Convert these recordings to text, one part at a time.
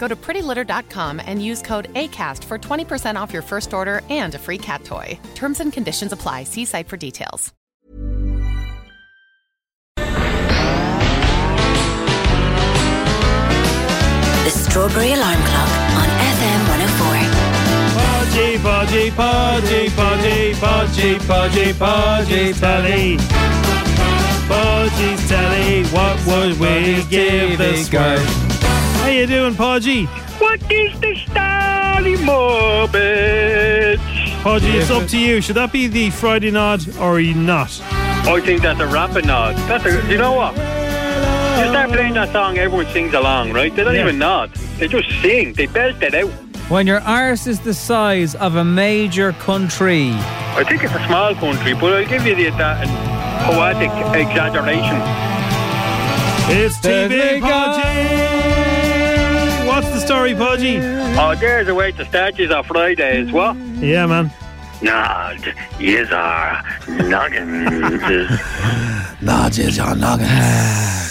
Go to prettylitter.com and use code ACAST for 20% off your first order and a free cat toy. Terms and conditions apply. See site for details. The Strawberry Alarm Clock on FM 104. Podgy, podgy, podgy, podgy, podgy, podgy, podgy, telly. Podgy's telly, what would we give this guy? How you doing, Podgy? What is the Stanley Morbid? Podgy, it's up to you. Should that be the Friday nod or not? I think that's a rapid nod. That's a, you know what? You start playing that song, everyone sings along, right? They don't even nod. They just sing. They belt it out. When your arse is the size of a major country. I think it's a small country, but I'll give you the, that poetic exaggeration. It's TV Podgy! What's the story, Podgy? Oh, there's a way to start you on Fridays, what? Yeah, man. Nod, yes, our nuggins.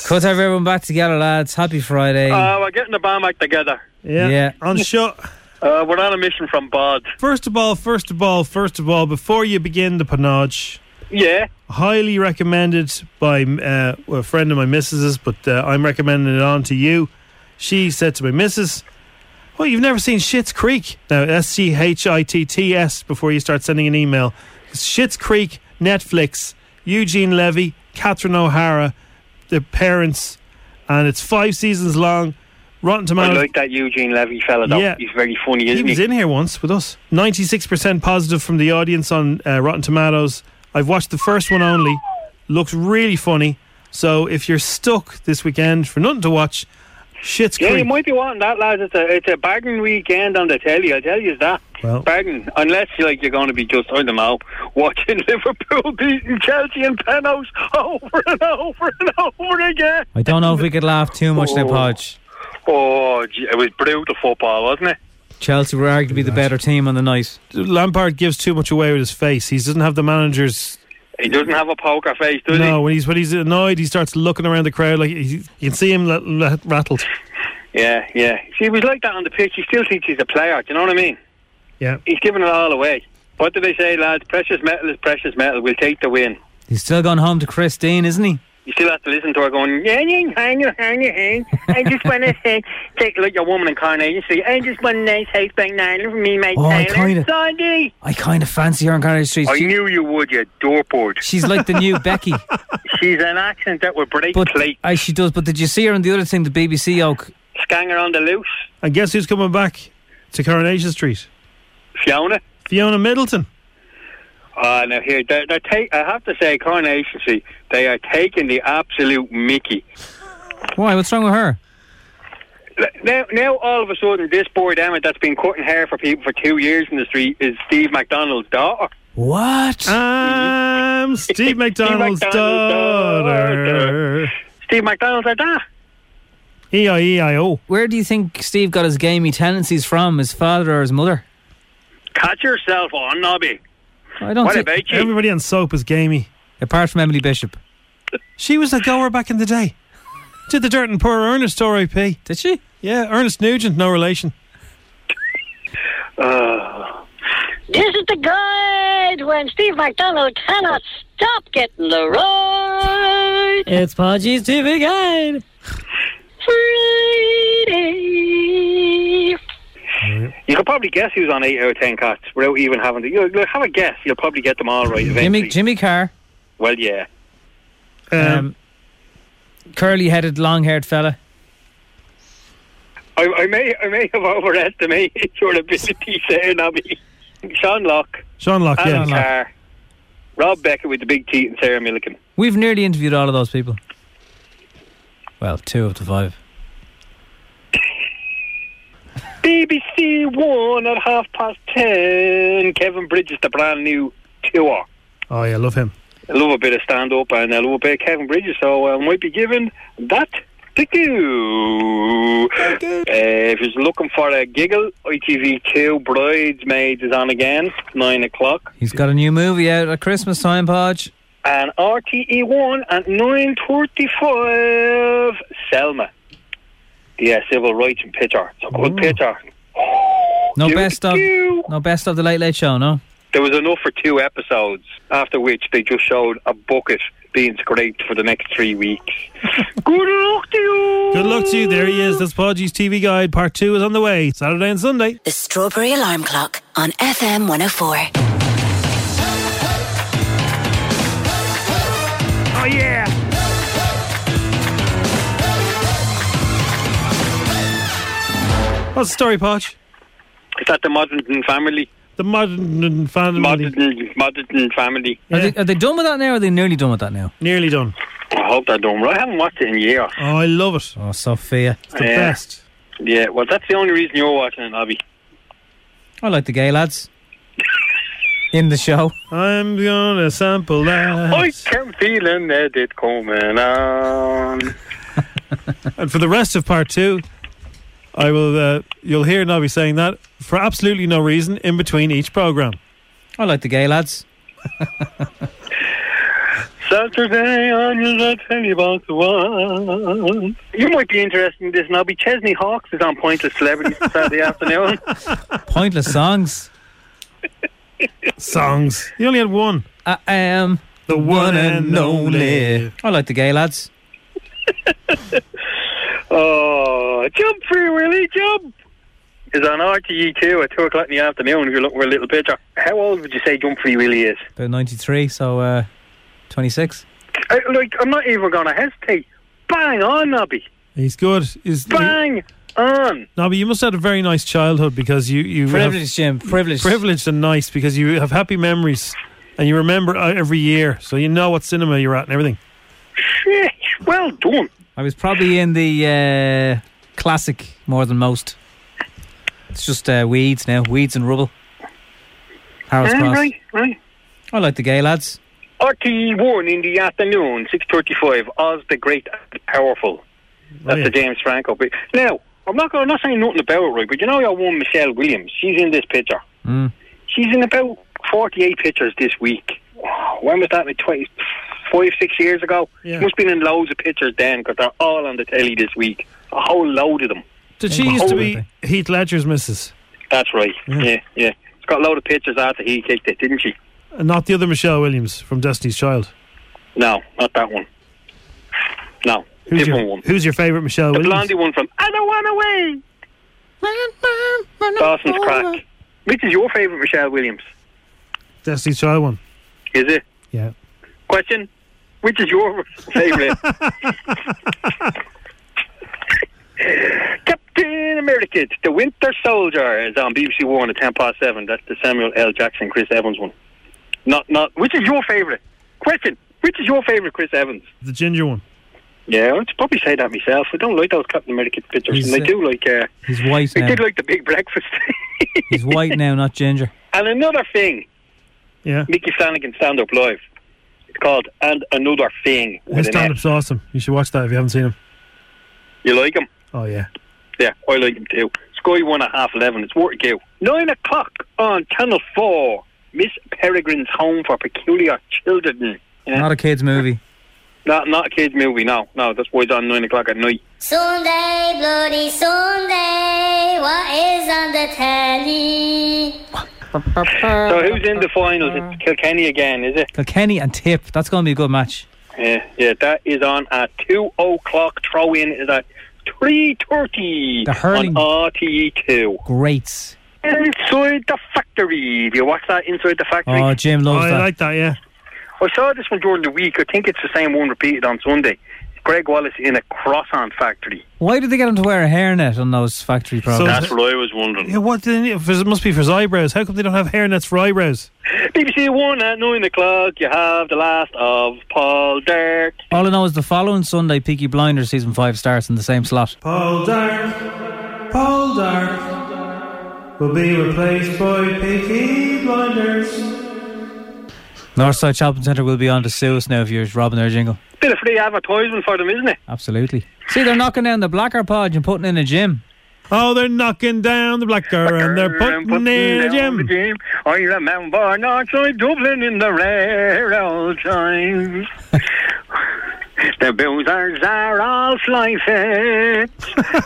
Could have everyone back together, lads. Happy Friday. uh, we're getting the band back together. Yeah. Yeah. On show. Uh, we're on a mission from Bod. First of all, first of all, first of all, before you begin the panage, Yeah. highly recommended by uh, a friend of my missus's, but uh, I'm recommending it on to you. She said to my missus, "Well, you've never seen Shit's Creek now. S C H I T T S before you start sending an email. Shit's Creek, Netflix, Eugene Levy, Catherine O'Hara, the parents, and it's five seasons long. Rotten I Tomatoes. like that Eugene Levy fella, though. Yeah. He's very funny, He isn't he? was in here once with us. 96% positive from the audience on uh, Rotten Tomatoes. I've watched the first one only. Looks really funny. So if you're stuck this weekend for nothing to watch, shit's Yeah, you creek. might be wanting that, lads. It's a it's a bargain weekend on the telly. I tell you that Well- bargain. Unless you like you're going to be just I don't know watching Liverpool beating Chelsea and Panos over and over and over again. I don't know if we could laugh too much now, Oh. Podge. Oh, gee, it was brutal football, wasn't it? Chelsea were arguably the better team on the night. Lampard gives too much away with his face. He doesn't have the manager's. He doesn't have a poker face, does no, when he's when he's annoyed, he starts looking around the crowd like he, you can see him la- la- rattled. he? Yeah, yeah. See, he was like that on the pitch. He still thinks he's a player. Do you know what I mean? Yeah, He's giving it all away. What did they say, lads? Precious metal is precious metal. We'll take the win. He's still gone home to Christine, isn't he? You still have to listen to her going, yeah, yeah, yeah, yeah, yeah, yeah. I just want to say, take like your woman in carnation, say, I just want a nice house by Nylon for me, and my Oh, I Taylor. kinda- Sandy. I kind of fancy her on Carter Street. I She- knew you would, you doorboard. she's like the new Becky. She's an accent that would break But plate. aye, she does. But did you see her on the other thing, the BBC Oak? Scanger on the loose. and guess who's coming back to Coronation Street? Fiona. Fiona Middleton. Ah, now here, they're, they're ta- I have to say, Coronation Street, they are taking the absolute mickey. Why? What's wrong with her? L- Now, now all of a sudden, this boy down that's been cutting hair for people for two years in the street is Steve McDonald's daughter. What? I'm Steve Steve McDonald's McDonald's daughter. daughter. Steve McDonald's her dad. E I E I O. Where do you think Steve got his gamey tendencies from? His father or his mother? Catch yourself on, Nobby. I don't What think. about you? Everybody on soap is gamey. Apart from Emily Bishop, She was a goer back in the day. Did the dirt and poor Ernest R.I.P. did she? Yeah, Ernest Nugent, no relation. Uh, This is the guide when Steve McDonald cannot stop getting the right It's Podgy's TV guide. Friday. You could probably guess who's on eight out of ten cats without even having to. You know, look, have a guess. You'll probably get them all right. Eventually. Jimmy Jimmy Carr. Well, yeah. Um, Um, curly-headed, long-haired fella. I, I may I may have overestimated your ability saying Abby. Sean Locke, Sean Locke, yeah. Alan Locke. Carr, uh, Rob Beckett with the big teeth and Sarah Milliken. We've nearly interviewed all of those people. Well, two of the five. BBC One at half past ten. Kevin Bridges, the brand new tour. Oh, yeah, love him. I love a bit of stand up and I love a bit of Kevin Bridges, so I might be giving that to you. Uh, if you're looking for a giggle, ITV2 Bridesmaids is on again, 9 o'clock. He's got a new movie out at Christmas time, Podge. And RTE1 at 9.45, Selma. Yeah, civil rights and picture. It's a good picture. No Give it best to of, you. no best of the Late Late Show. No, There was enough for two episodes, after which they just showed a bucket being scraped for the next three weeks. Good luck to you! Good luck to you. There he is. That's Podgy's TV Guide. Part two is on the way Saturday and Sunday. The Strawberry Alarm Clock on FM 104. Oh, yeah. What's the story, Podge? Is that the Modern family? The modern family. Modern, modern family. are, Yeah. they, are they done with that now? Or are they nearly done with that now? Nearly done. I hope they're done right. I haven't watched it in years. Oh, I love it. Oh, Sophia, It's the Yeah. best. Yeah, well, that's the only reason you're watching it, Abby. I like the gay lads in the show. I'm gonna sample that. I can feel an edit coming on. And for the rest of part two, I will. Uh, you'll hear Nobby saying that for absolutely no reason in between each program. I like the gay lads. Saturday on your red telly box one. You might be interested in this, Nobby. Chesney Hawks is on Pointless Celebrities Saturday afternoon. Pointless songs. Songs. You only had one. I am The one and only. I like the gay lads. Oh, Jump Free Willy Jump! Is on RTE2 at 2 o'clock in the afternoon if you're looking for a little picture. How old would you say Jump Free Willy is? About ninety-three, so uh, twenty-six. I, Uh, like, I'm not even going to hesitate. Bang on, Nobby. He's good. He's, Bang on. Nobby, you must have had a very nice childhood because you you have- Privileged, Jim. Privileged. privileged and nice because you have happy memories and you remember uh, every year, so you know what cinema you're at and everything. Shit. Well done. I was probably in the uh, classic more than most. It's just uh, weeds now, weeds and rubble. Harold's Eh, Cross. right, right. I like the gay lads. RTE1 in the afternoon, 6.35, Oz the Great and Powerful. That's yeah. the James Franco bit. Now, I'm not, gonna- I'm not saying nothing about it, right, but you know your one Michelle Williams? She's in this picture. Mm. She's in about 48 pictures this week. When was that? Like 20, five, six years ago? Yeah. Must been in loads of pictures then because they're all on the telly this week. A whole load of them. Did she Wow. used to be Heath Ledger's missus That's right. Yeah, yeah. It's got a load of pictures after he kicked it, didn't she? and not the other Michelle Williams from Destiny's Child? No, not that one. No, Who's different your, one. Who's your favorite Michelle The Williams? blondie one from I Don't Want Away. Dawson's Crack. Which is your favourite Michelle Williams? Destiny's Child one. Is it? Yeah. Question? Which is your favourite? Captain America, The Winter Soldier um, is on BBC One at ten past seven. That's the Samuel L. Jackson, Chris Evans one. Not, not. Which is your favourite? Question: Which is your favourite, Chris Evans? The ginger one. Yeah, I'd probably say that myself. I don't like those Captain America pictures, He's, and I uh, do like. Uh, He's white I now. did like the Big Breakfast. He's white now, not ginger. and another thing, Yeah. Mickey Flanagan stand up live. It's called And Another Thing. His With an stand up's F. awesome. You should watch that if you haven't seen him. You like him? Oh yeah. Yeah, I like him too. Sky one at half eleven. It's worth a go. Nine o'clock on Channel Four. Miss Peregrine's Home for Peculiar Children. Yeah. Not a kids' movie. Not not a kids movie. No, no. That's why it's on nine o'clock at night. Sunday, bloody Sunday, what is on the telly? So who's in the finals? It's Kilkenny again, is it? Kilkenny and Tip. That's going to be a good match. Yeah, yeah. That is on at two o'clock. Throw in is at three thirty The hurling. on RTE two. Greats. Inside the Factory. Do you watch that Inside the Factory? Oh, Jim Oh, loves I that. like that. Yeah. I saw this one during the week. I think it's the same one repeated on Sunday. Greg Wallace in a croissant factory. Why did they get him to wear a hairnet on those factory programs? That's That's what I was wondering. Yeah, what? do they need- for- It must be for his eyebrows. How come they don't have hairnets for eyebrows? BBC One at nine o'clock. You have the last of Paul Dirk. All I know is the following Sunday, Peaky Blinders season five starts in the same slot. Paul Dark, Paul Dark will be replaced by Peaky Blinders. Northside Shopping Centre will be on to sue us now if you're robbing their jingle. Bit of free advertisement for them, isn't it? Absolutely. See, they're knocking down the Blacker Podge and putting in a gym. Oh, they're knocking down the blacker, and they're putting, in a down the gym. gym. I remember Northside Dublin in the rare old times. the boozers are all fly fit.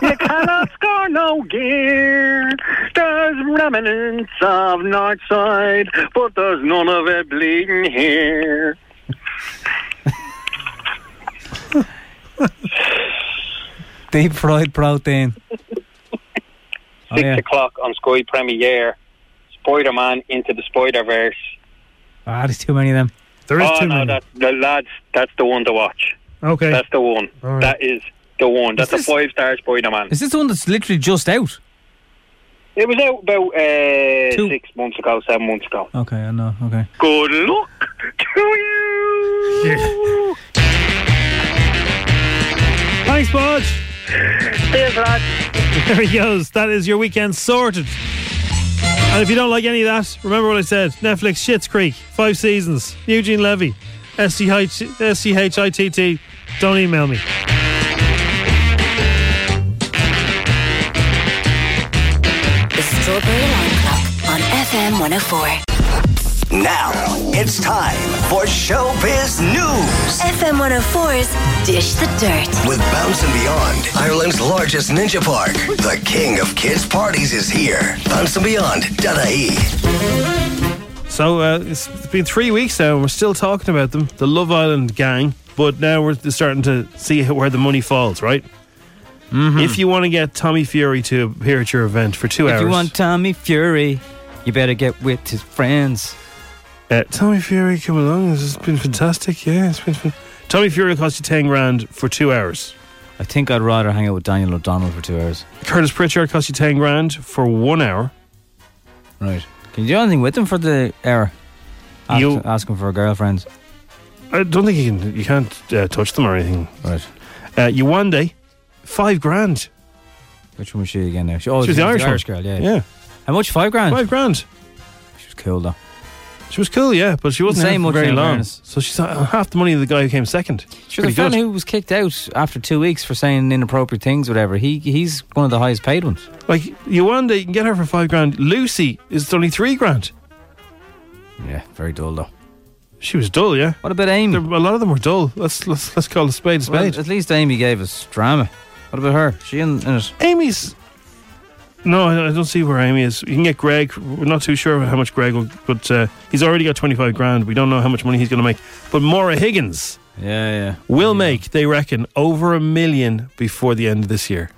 you cannot score no gear. There's remnants of Northside, but there's none of it bleeding here. Deep fried protein. Oh, Six yeah. o'clock on Sky Premiere. Spider Man into the Spider Verse. Ah, there's too many of them. There is oh too no, many. that's the lads. That's the one to watch. Okay. That's the one. All right. That is the one. That's this- a five star Spider Man. Is this the one that's literally just out? It was out about Two. uh, six months ago, seven months ago. Okay, I know. Okay. Good luck to you. Thanks, Bodge. Cheers, lads. There he goes. That is your weekend sorted. And if you don't like any of that, remember what I said. Netflix, Shits Creek, five seasons. Eugene Levy, S-C-H- S-C-H-I-T-T. Don't email me. The Strawberry Alarm Clock on FM 104. Now it's time for Showbiz News FM 104's Dish the Dirt. with Bounce and Beyond, Ireland's largest ninja park. The king of kids' parties is here. Bounce and Beyond, Dadae. So uh, it's been three weeks now, and we're still talking about them, the Love Island gang. But now we're starting to see where the money falls, right? If you want to get Tommy Fury to appear at your event for two If hours, you want Tommy Fury, you better get with his friends. uh, Tommy Fury, come along. This has been fantastic. Yeah, it's been. Fun. Tommy Fury will cost you ten grand for two hours. I think I'd rather hang out with Daniel O'Donnell for two hours. Curtis Pritchard costs you ten grand for one hour. Right. Can you do anything with him for the hour? Ask, You- ask him for a girlfriend. I don't think you can. You can't uh, touch them or anything. Right. Uh, Yawande, five grand. Which one was she again now? She, oh, She was the Irish, one. girl, yeah. Yeah, How much? Five grand? five grand. She was cool though. She was cool, yeah, but she wasn't Say in it much for very in long. fairness. So she's uh, half the money of the guy who came second. She was a Pretty fan good. who was kicked out after two weeks for saying inappropriate things, whatever. He he's one of the highest paid ones. Like Yawanda, you can get her for five grand. Lucy is only three grand. Yeah, very dull though. She was dull, yeah. What about There, a Amy? lot of them were dull. Let's let's let's call a spade a Well, spade. at least Amy gave us drama. What about her? She in, in it. Amy's. No, I I don't see where Amy is. You can get Greg. We're not too sure how much Greg will, but uh, he's already got 25 grand. We don't know how much money he's going to make. But Maura Higgins Yeah, yeah. will make, they reckon, over a million before the end of this year.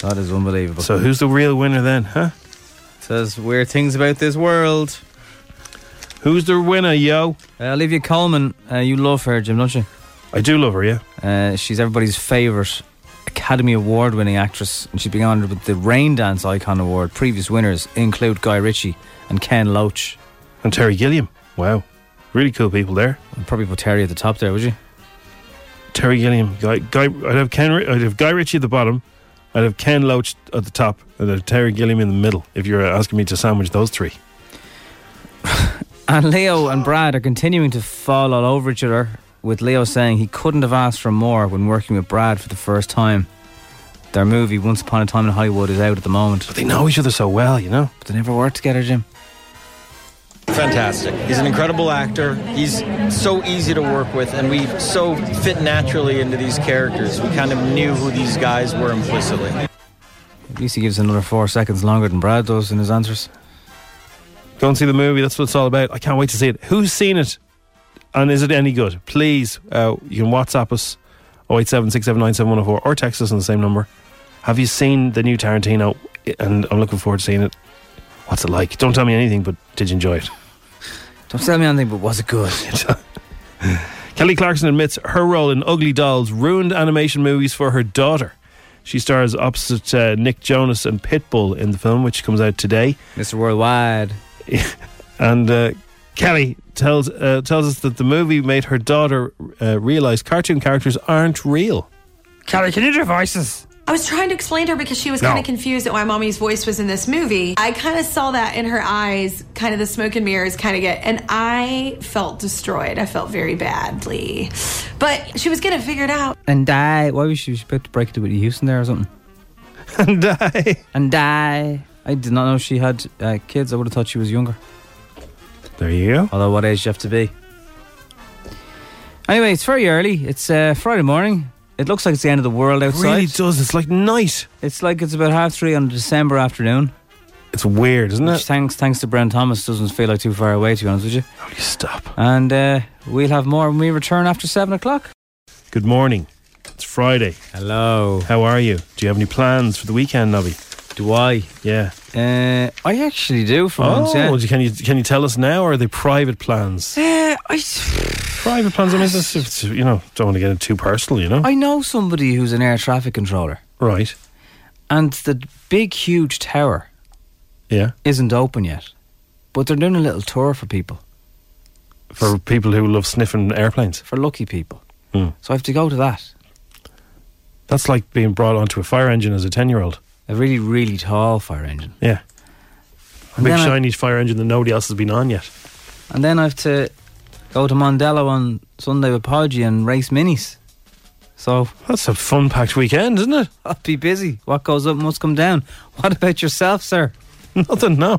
That is unbelievable. So who's the real winner then, huh? says weird things about this world. Who's the winner, yo? Uh, Olivia Coleman, uh, you love her, Jim, don't you? I do love her, yeah. Uh, she's everybody's favourite Academy Award winning actress, and she's been honoured with the Rain Dance Icon Award. Previous winners include Guy Ritchie and Ken Loach. And Terry Gilliam. Wow. Really cool people there. I'd probably put Terry at the top there, would you? Terry Gilliam, Guy, Guy I'd have Ken, Ri- I'd have Guy Ritchie at the bottom, I'd have Ken Loach at the top, and I'd have Terry Gilliam in the middle. If you're asking me to sandwich those three, And Leo and Brad are continuing to fall all over each other, with Leo saying he couldn't have asked for more when working with Brad for the first time. Their movie, Once Upon a Time in Hollywood, is out at the moment, but they know each other so well, you know. but they never worked together, Jim. Fantastic. He's an incredible actor. He's so easy to work with, and we so fit naturally into these characters. We kind of knew who these guys were implicitly. At least he gives another four seconds longer than Brad does in his answers. Go and see the movie. That's what it's all about. I can't wait to see it. Who's seen it? And is it any good? Please, uh, you can WhatsApp us 087 679 7104 or text us on the same number. Have you seen the new Tarantino? And I'm looking forward to seeing it. What's it like? Don't tell me anything, but did you enjoy it? Don't Don't sell me anything, but was it good? Kelly Clarkson admits her role in Ugly Dolls ruined animation movies for her daughter. She stars opposite uh, Nick Jonas and Pitbull in the film, which comes out today. Mr. Worldwide. and uh, Kelly tells uh, tells us that the movie made her daughter uh, realize cartoon characters aren't real. Kelly, can you do voices? I was trying to explain to her because she was No. kind of confused at why mommy's voice was in this movie. I kind of saw that in her eyes, kind of the smoke and mirrors kind of get, and I felt destroyed. I felt very badly. But she was going to figure it out. And die. Why was she, was she about to break into Whitney Houston there or something? and die. And die. I did not know she had uh, kids. I would have thought she was younger. There you go. Although, what age do you have to be? Anyway, it's very early. It's uh, Friday morning. It looks like it's the end of the world outside. really does. It's like night. It's like it's about half three on a December afternoon. It's weird, isn't Which, it? Thanks, thanks to Brent Thomas, doesn't feel like too far away. To be honest with you. Oh, you stop. And uh, we'll have more when we return after seven o'clock. Good morning. It's Friday. Hello. How are you? Do you have any plans for the weekend, Nobby? Do I? Yeah. Uh, I actually do. For oh, once, yeah. well, can you can you tell us now, or are they private plans? Uh, I, Private plans. I mean, this is, you know, don't want to get it too personal, you know. I know somebody who's an air traffic controller, right? And the big, huge tower Yeah. isn't open yet, but they're doing a little tour for people, For people who love sniffing airplanes. for lucky people. Hmm. So I have to go to that. That's like being brought onto a fire engine as a ten-year-old. A really, really tall fire engine. Yeah. A And big then I- shiny fire engine that nobody else has been on yet. And then I have to go to Mondello on Sunday with Podgy and race minis. So that's a fun-packed weekend, isn't it? I'll be busy. What goes up must come down. What about yourself, sir? Nothing. No.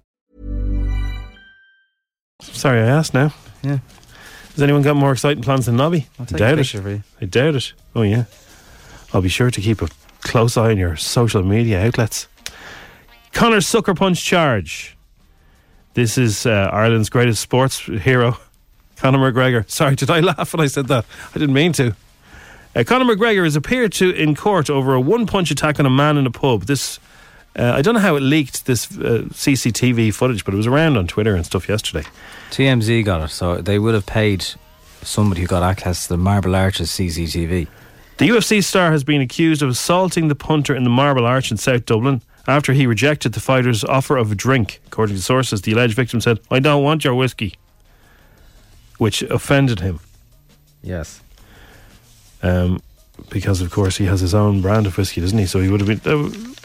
Sorry, I asked now. Yeah. Has anyone got more exciting plans than Nobby? i take a doubt picture it. for you. I doubt it. Oh yeah. I'll be sure to keep a close eye on your social media outlets. Connor Sucker Punch Charge. This is uh, Ireland's greatest sports hero, Conor McGregor. Sorry, did I laugh when I said that? I didn't mean to. Uh, Conor McGregor has appeared to in court over a one-punch attack on a man in a pub. This, uh, I don't know how it leaked this uh, CCTV footage, but it was around on Twitter and stuff yesterday. TMZ got it, so they would have paid somebody who got access to the Marble Arches CCTV. The UFC star has been accused of assaulting the punter in the Marble Arch in South Dublin after he rejected the fighter's offer of a drink. According to sources, the alleged victim said, I don't want your whiskey, which offended him. Yes. Um, because, of course, he has his own brand of whiskey, doesn't he? So he would have been, that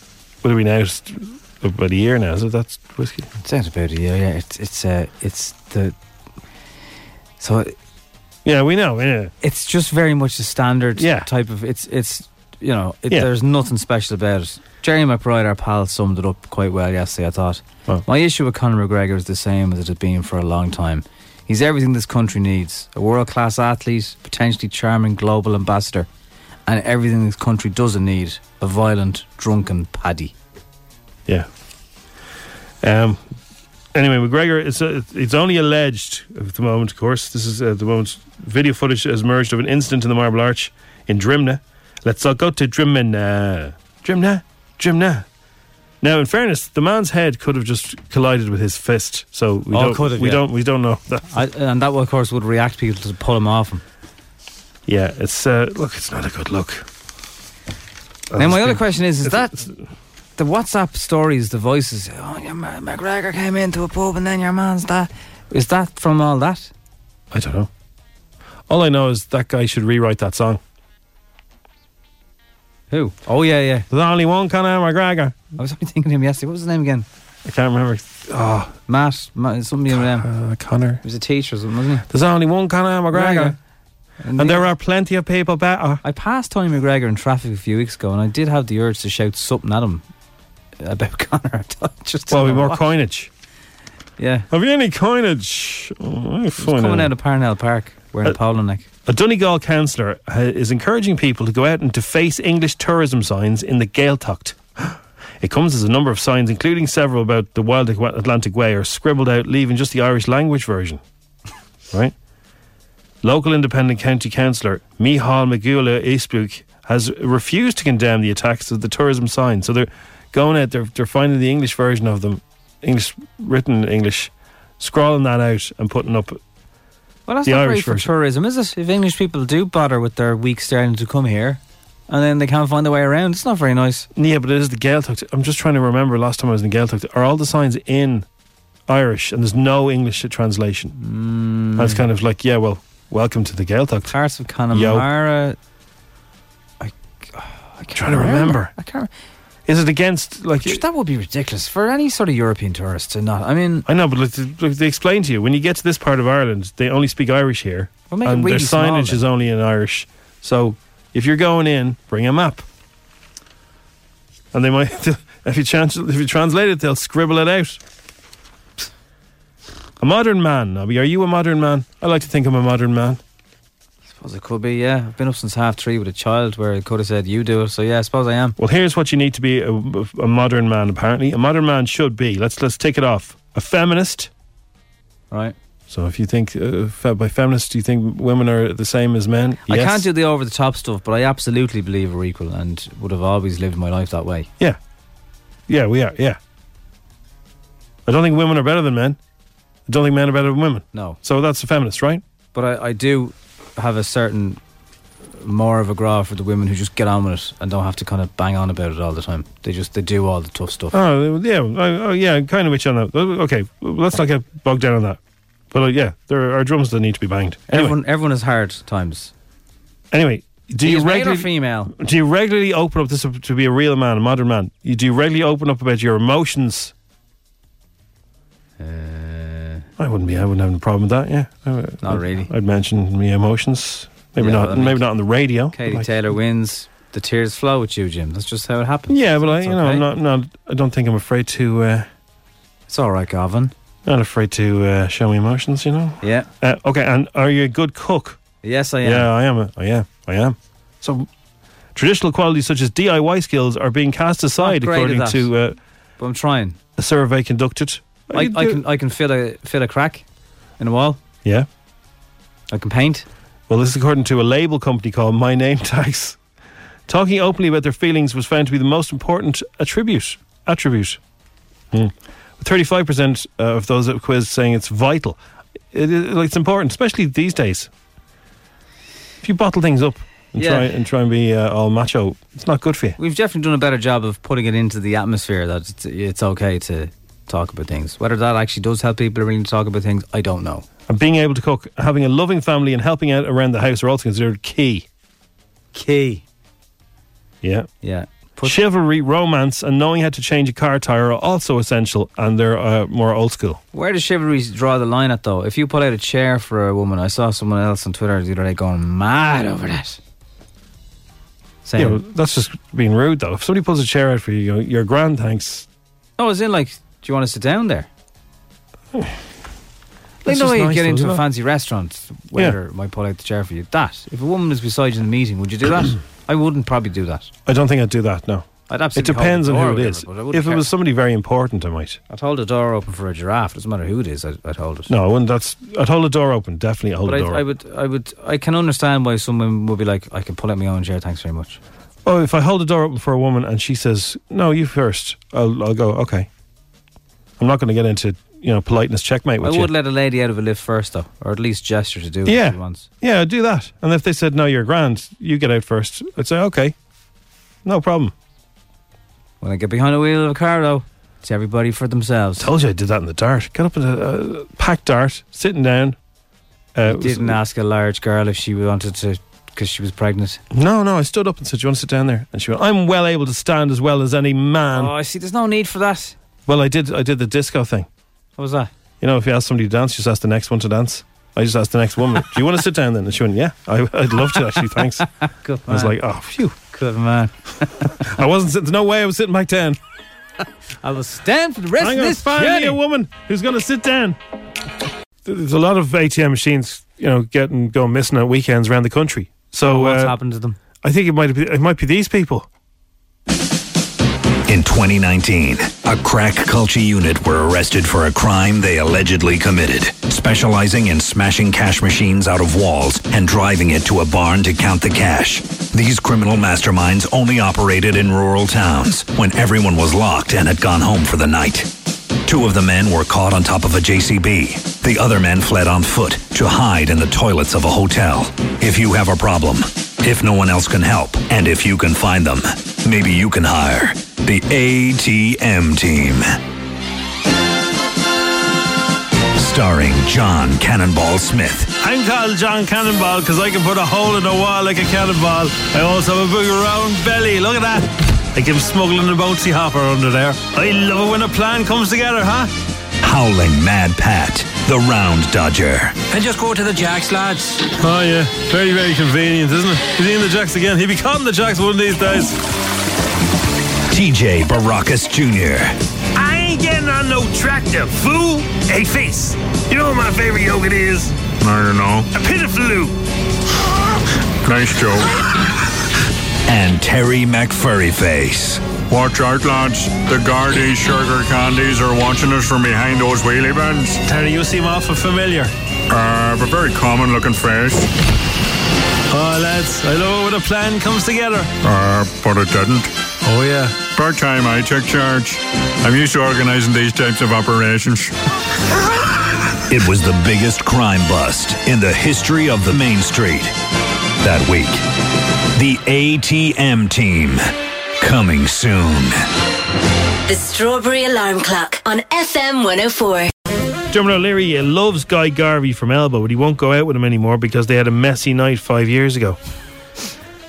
would have been out about a year now. Is it that's whiskey? It sounds about it, yeah. yeah. It's it's uh, it's the so yeah, we know. Yeah, it's just very much the standard Yeah. type of it's it's you know it, Yeah. there's nothing special about it. Jerry McBride, our pal, summed it up quite well yesterday. I thought my issue with Conor McGregor is the same as it has been for a long time. He's everything this country needs: a world-class athlete, potentially charming global ambassador, and everything this country doesn't need: a violent, drunken paddy. Yeah. Um, anyway, McGregor, it's, uh, it's only alleged at the moment, of course. This is uh, the moment's video footage has emerged of an incident in the Marble Arch in Drimna. Let's all go to Drimna. Drimna? Drimna. Now, in fairness, the man's head could have just collided with his fist, so we Oh, don't could have, we yeah. don't we don't know that. I, and that, of course, would react people to pull him off him. Yeah, it's uh, look, it's not a good look. Now, my It's other been- question is: Is it's- that the WhatsApp stories, the voices? Oh, your Ma- McGregor came into a pub and then your man's that. Is that from all that? I don't know. All I know is that guy should rewrite that song. Who? Oh yeah, yeah. There's only one Conor McGregor. I was only thinking of him yesterday. What was his name again? I can't remember. Oh, Matt, Matt something Con- uh, Connor. um, He was a teacher or something, wasn't he? There's only one Conor McGregor, and, there are plenty of people uh, better. I passed Tony McGregor in traffic a few weeks ago, and I did have the urge to shout something at him about Connor. I don't- just Well, don't we know more what. coinage. Yeah. Have you any coinage? Oh, I find coming it- Uh, out of Parnell Park wearing a polo neck. A Donegal councillor uh, is encouraging people to go out and deface English tourism signs in the Gaeltacht. It comes as a number of signs, including several about the Wild Atlantic Way, are scribbled out, leaving just the Irish language version. right? Local independent county councillor Mihal Magula Eastbuk has refused to condemn the attacks of the tourism signs. So they're going out, they're, they're finding the English version of them, English written in English, scrawling that out and putting up Well, that's the not Irish great for version. tourism, is it? If English people do bother with their weak sterling to come here, and then they can't find their way around, it's not very nice. Yeah, but it is the Gaeltacht. I'm just trying to remember last time I was in Gaeltacht. Are all the signs in Irish and there's no English translation? Mm. That's kind of like, yeah, well, welcome to the Gaeltacht. Hmm. Parts of Connemara. I, I can't trying to remember. I can't. Is it against like that would be ridiculous for any sort of European tourist to not. I mean, I know, but like, th- like, they explain to you when you get to this part of Ireland, they only speak Irish here, Well, make it and really their small signage then. is only in Irish. So if you're going in, bring a map, and they might if you trans- if you translate it, they'll scribble it out. A modern man, Nobby. Are you a modern man? I like to think I'm a modern man. I suppose it could be. Yeah, I've been up since half three with a child, where it could have said you do it. So yeah, I suppose I am. Well, here's what you need to be a, a modern man. Apparently, a modern man should be. Let's let's take it off. A feminist, right? So if you think uh, fe- by feminist, do you think women are the same as men? I Yes. can't do the over the top stuff, but I absolutely believe we're equal, and would have always lived my life that way. Yeah. Yeah, we are. Yeah. I don't think women are better than men. I don't think men are better than women. No. So that's a feminist, right? But I, I do have a certain more of a growl for the women who just get on with it and don't have to kind of bang on about it all the time. They just they do all the tough stuff. Oh, yeah. Oh, yeah. I'm Kind of which on that. Okay. Let's not get bogged down on that. But uh, yeah, there are drums that need to be banged. Anyway, Everyone everyone has hard times. anyway do He you is male or regularly female? do you regularly open up this is to be a real man, a modern man? You, do you regularly open up about your emotions? Uh, I wouldn't be. I wouldn't have a problem with that. Yeah, I would- Not I'd- really. I'd mention my emotions. Maybe Yeah, not. I maybe mean- not on the radio. but Katie like- Taylor wins. The tears flow with you, Jim. That's just how it happens. Yeah, but I, It's you know, I'm okay. not, not. I don't think I'm afraid to. Uh, it's all right, Gavin. Not afraid to uh, show my emotions. You know. Yeah. Uh, okay. And are you a good cook? Yes, I am. Yeah, I am. a- I am. I am. So, traditional qualities such as DIY skills are being cast aside, great at according that. to uh, But I'm trying. a survey conducted. I, I can I can fill a fill a crack in a wall. Yeah. I can paint. Well, this is according to a label company called My Name Tags. Talking openly about their feelings was found to be the most important attribute. Attribute. Hmm. 35% of those that quizzed saying it's vital. It, it- it's important, especially these days. If you bottle things up and, Yeah. try, and try and be uh, all macho, it's not good for you. We've definitely done a better job of putting it into the atmosphere that it's, it's okay to talk about things. Whether that actually does help people really to talk about things, I don't know. And being able to cook, having a loving family, and helping out around the house are also considered key. Key. Yeah. Yeah. Chivalry, romance, and knowing how to change a car tire are also essential, and they're uh, more old school. Where does chivalry draw the line at though? If you pull out a chair for a woman, I saw someone else on Twitter the other day going mad over that. Saying, Yeah, well, that's just being rude, though. If somebody pulls a chair out for you, you go, your grand thanks. no, Oh, as in like, do you want to sit down there? Like That's the just way you nice, get though, into isn't a it? fancy restaurant, waiter might pull out the chair for you. That, if a woman is beside you in the meeting, would you do that? I wouldn't probably do that. I don't think I'd do that, no. I'd It absolutely. hold depends the on door who or it whatever, is. but I wouldn't If it care. was somebody very important, I might. I'd hold the door open for a giraffe. Doesn't matter who it is. I'd, I'd hold it. No, I wouldn't. That's I'd hold the door open. Definitely hold but the I, door. I open. would, I would, I can understand why someone would be like, I can pull out my own chair. Thanks very much. oh, if I hold the door open for a woman and she says, "No, you first, I'll, I'll go. Okay. I'm not going to get into you know politeness checkmate I with would you. let a lady out of a lift first, though, or at least gesture to do it yeah, if she wants. yeah, I'd do that. And if they said, "No, you're grand. You get out first, I'd say, "Okay, no problem." When I get behind the wheel of a car, though, it's everybody for themselves. Told you I did that in the dart. Got up in a, a packed dart, sitting down. Uh, You didn't ask a large girl if she wanted to, because she was pregnant. No, no, I stood up and said, Do you want to sit down there? And she went, I'm well able to stand as well as any man. Oh, I see. There's no need for that. Well, I did I did the disco thing. What was that? You know, if you ask somebody to dance, just ask the next one to dance. I just asked the next woman, Do you want to sit down then? And she went, Yeah, I, I'd love to actually, thanks. Good I was man. like, Oh, phew. Good man. I wasn't sitting, no way I was sitting back down. I will stand for the rest I'm of gonna this find me journey. a woman who's going to sit down. There's a lot of ATM machines, you know, getting going missing at weekends around the country. So, What's uh, happened to them? I think it might be, it might be these people. In 2019, a crack culture unit were arrested for a crime they allegedly committed, specializing in smashing cash machines out of walls and driving it to a barn to count the cash. These criminal masterminds only operated in rural towns when everyone was locked and had gone home for the night. Two of the men were caught on top of a JCB. The other men fled on foot to hide in the toilets of a hotel. If you have a problem, if no one else can help, and if you can find them, maybe you can hire the ATM team. Starring John Cannonball Smith. I'm called John Cannonball because I can put a hole in a wall like a cannonball. I also have a big round belly. Look at that. I can smuggle in a bouncy hopper under there. I love it when a plan comes together, huh? Howling Mad Pat, the Round Dodger. And just go to the Jacks, lads. Oh, yeah. Very, very convenient, isn't it? He's in the Jacks again. He'll be caught in the Jacks one of these days. TJ Baracus Jr. I ain't getting on no tractor, fool. Hey, face. You know what my favorite yogurt is? I don't know. A pitiful. Nice joke. And Terry McFurryface. Watch out, lads. The Gardaí sugar candies are watching us from behind those wheelie bins. Terry, you seem awful familiar. Uh, but very common looking face. Oh, lads, I love it when a plan comes together. Uh, but it didn't. Oh, yeah. Part time I took charge. I'm used to organizing these types of operations. It was the biggest crime bust in the history of the Main Street. That week, the ATM team coming soon. The Strawberry Alarm Clock on FM 104. Dermot O'Leary uh, loves Guy Garvey from Elbow, but he won't go out with him anymore because they had a messy night five years ago.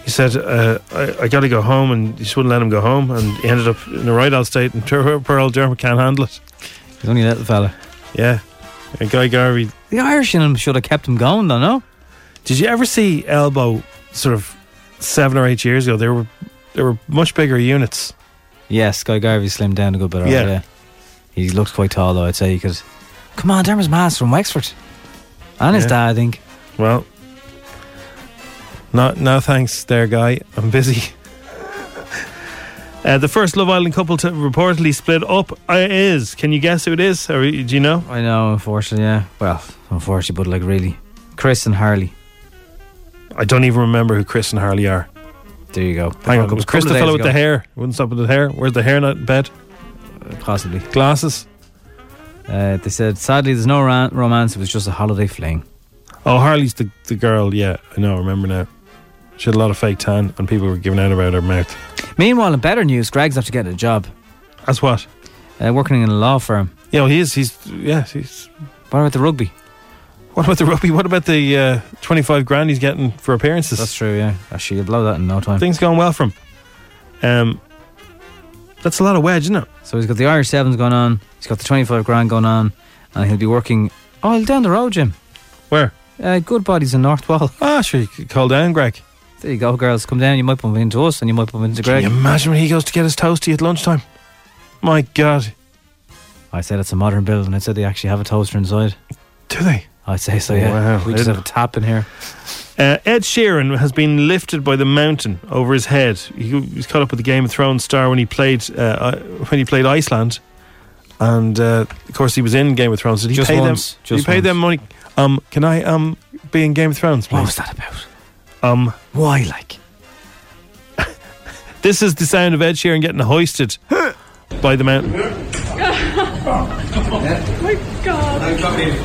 He said, uh, I, I got to go home, and he just wouldn't let him go home, and he ended up in a right out state, and poor poor old Dermot can't handle it. He's only a little fella. Yeah. And Guy Garvey. The Irish in him should have kept him going, though, no? Did you ever see Elbow sort of seven or eight years ago? They were, they were much bigger units. Yes, Guy Garvey slimmed down a good bit. Yeah. Yeah. yeah. He looks quite tall, though, I'd say, because. Come on, Dermot's ma's from Wexford. And his Yeah. dad, I think. Well, no, no thanks there, guy. I'm busy. Uh, the first Love Island couple to reportedly split up uh, is. Can you guess who it is? Or do you know? I know, unfortunately, yeah. Well, unfortunately, but like really. Chris and Harley. I don't even remember who Chris and Harley are. There you go. Hang on, Couple- was Chris couple the of fellow days with the ago. hair? Wouldn't stop with the hair. Where's the hair not in bed? Uh, Possibly. Glasses? Uh, they said, sadly, there's no ran- romance. It was just a holiday fling. Oh, Harley's the, the girl. Yeah, I know. I remember now. She had a lot of fake tan, and people were giving out about her mouth. Meanwhile, in better news, Greg's after getting a job. As what? Uh, working in a law firm. Yeah, well, he is. He's yeah. He's. What about the rugby? What about the rugby? What about the uh, twenty-five grand he's getting for appearances? That's true, yeah. Actually, you'll blow Uh, that in no time. Things going well for him. Um, that's a lot of wedge, isn't it? So he's got the Irish Sevens going on, he's got the 25 grand going on, and he'll be working all down the road, Jim. Where? Uh, good Bodies in North Wall. Ah, sure, you could call down, Greg. There you go, girls. Come down, you might bump into us, and you might bump into Can Greg. you imagine when he goes to get his toasty at lunchtime? My God. I said it's a modern building. I said they actually have a toaster inside. Do they? I'd say so, yeah. Wow, We just I have a tap in here. Oh, Uh, Ed Sheeran has been lifted by the mountain over his head. He was caught up with the Game of Thrones star when he played uh, I- when he played Iceland, and uh, of course he was in Game of Thrones. Did he Just pay once, them? did just he pay them money? Um, can I um be in Game of Thrones? Please? What was that about? Um, why like? this is the sound of Ed Sheeran getting hoisted by the mountain. oh my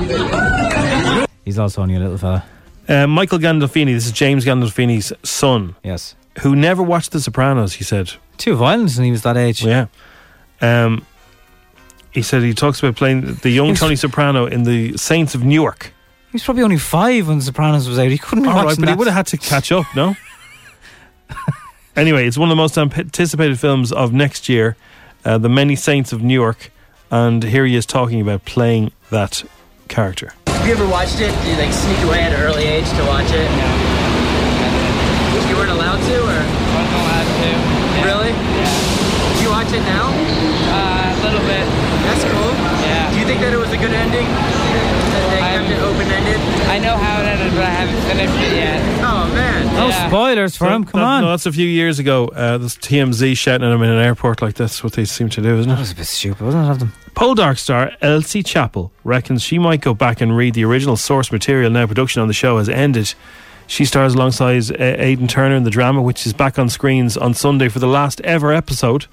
god. He's also only a little fella. Uh, Michael Gandolfini. This is James Gandolfini's son. Yes. Who never watched The Sopranos? He said too violent when he was that age. Yeah. Um, he said he talks about playing the young Tony Soprano in the Saints of Newark. He was probably only five when The Sopranos was out. He couldn't All watch right, but he that. would have had to catch up, no? anyway, it's one of the most anticipated films of next year, uh, The Many Saints of Newark, and here he is talking about playing that character. Have you ever watched it? Did you like sneak away at an early age to watch it? No. You weren't allowed to, or? wasn't allowed to. Really? Yeah. Do you watch it now? Uh, a little bit. That's cool. Yeah. Do you think that it was a good ending? That they kept it open ended? I know how it ended, but I haven't finished it yet. Oh man. spoilers for him, come that- on. No, that's a few years ago. Uh, this TMZ shouting at him in an airport like that's what they seem to do, isn't it? That was a bit stupid, wasn't it? Of them. Poldark star Elsie Chappell reckons she might go back and read the original source material now production on the show has ended. She stars alongside uh, Aidan Turner in the drama, which is back on screens on Sunday for the last ever episode.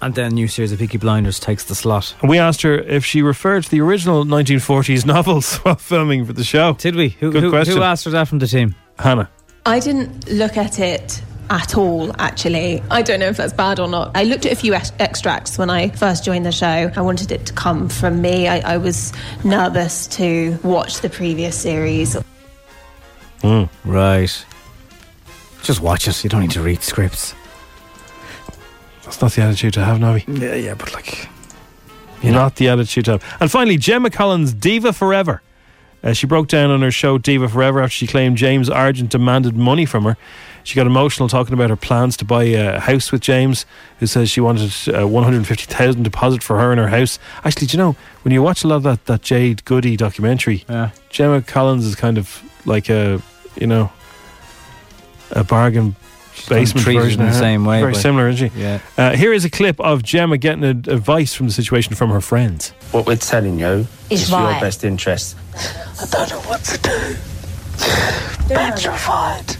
And then new series of Peaky Blinders takes the slot. And we asked her if she referred to the original 1940s novels while filming for the show. Did we? Who, Good who, question. who asked her that from the team? Hannah. I didn't look at it at all, actually. I don't know if that's bad or not. I looked at a few ex- extracts when I first joined the show. I wanted it to come from me. I, I was nervous to watch the previous series. Right. Just watch it. You don't need to read scripts. That's not the attitude to have, Nobby. Yeah, yeah, but like. You're not the attitude to have. And finally, Gemma Collins, Diva Forever. Uh, she broke down on her show Diva Forever after she claimed James Argent demanded money from her. She got emotional talking about her plans to buy a house with James, who says she wanted uh, 150,000 deposit for her and her house. Actually, do you know when you watch a lot of that, that Jade Goody documentary, Gemma Collins is kind of like a you know a kind bargain of basement treated version in of the her. same way, Very but- similar, isn't she? Yeah. Uh, here is a clip of Gemma getting ad- advice from the situation from her friends. What we're telling you is, Is for your right. best interest. I don't know what to do. Petrified.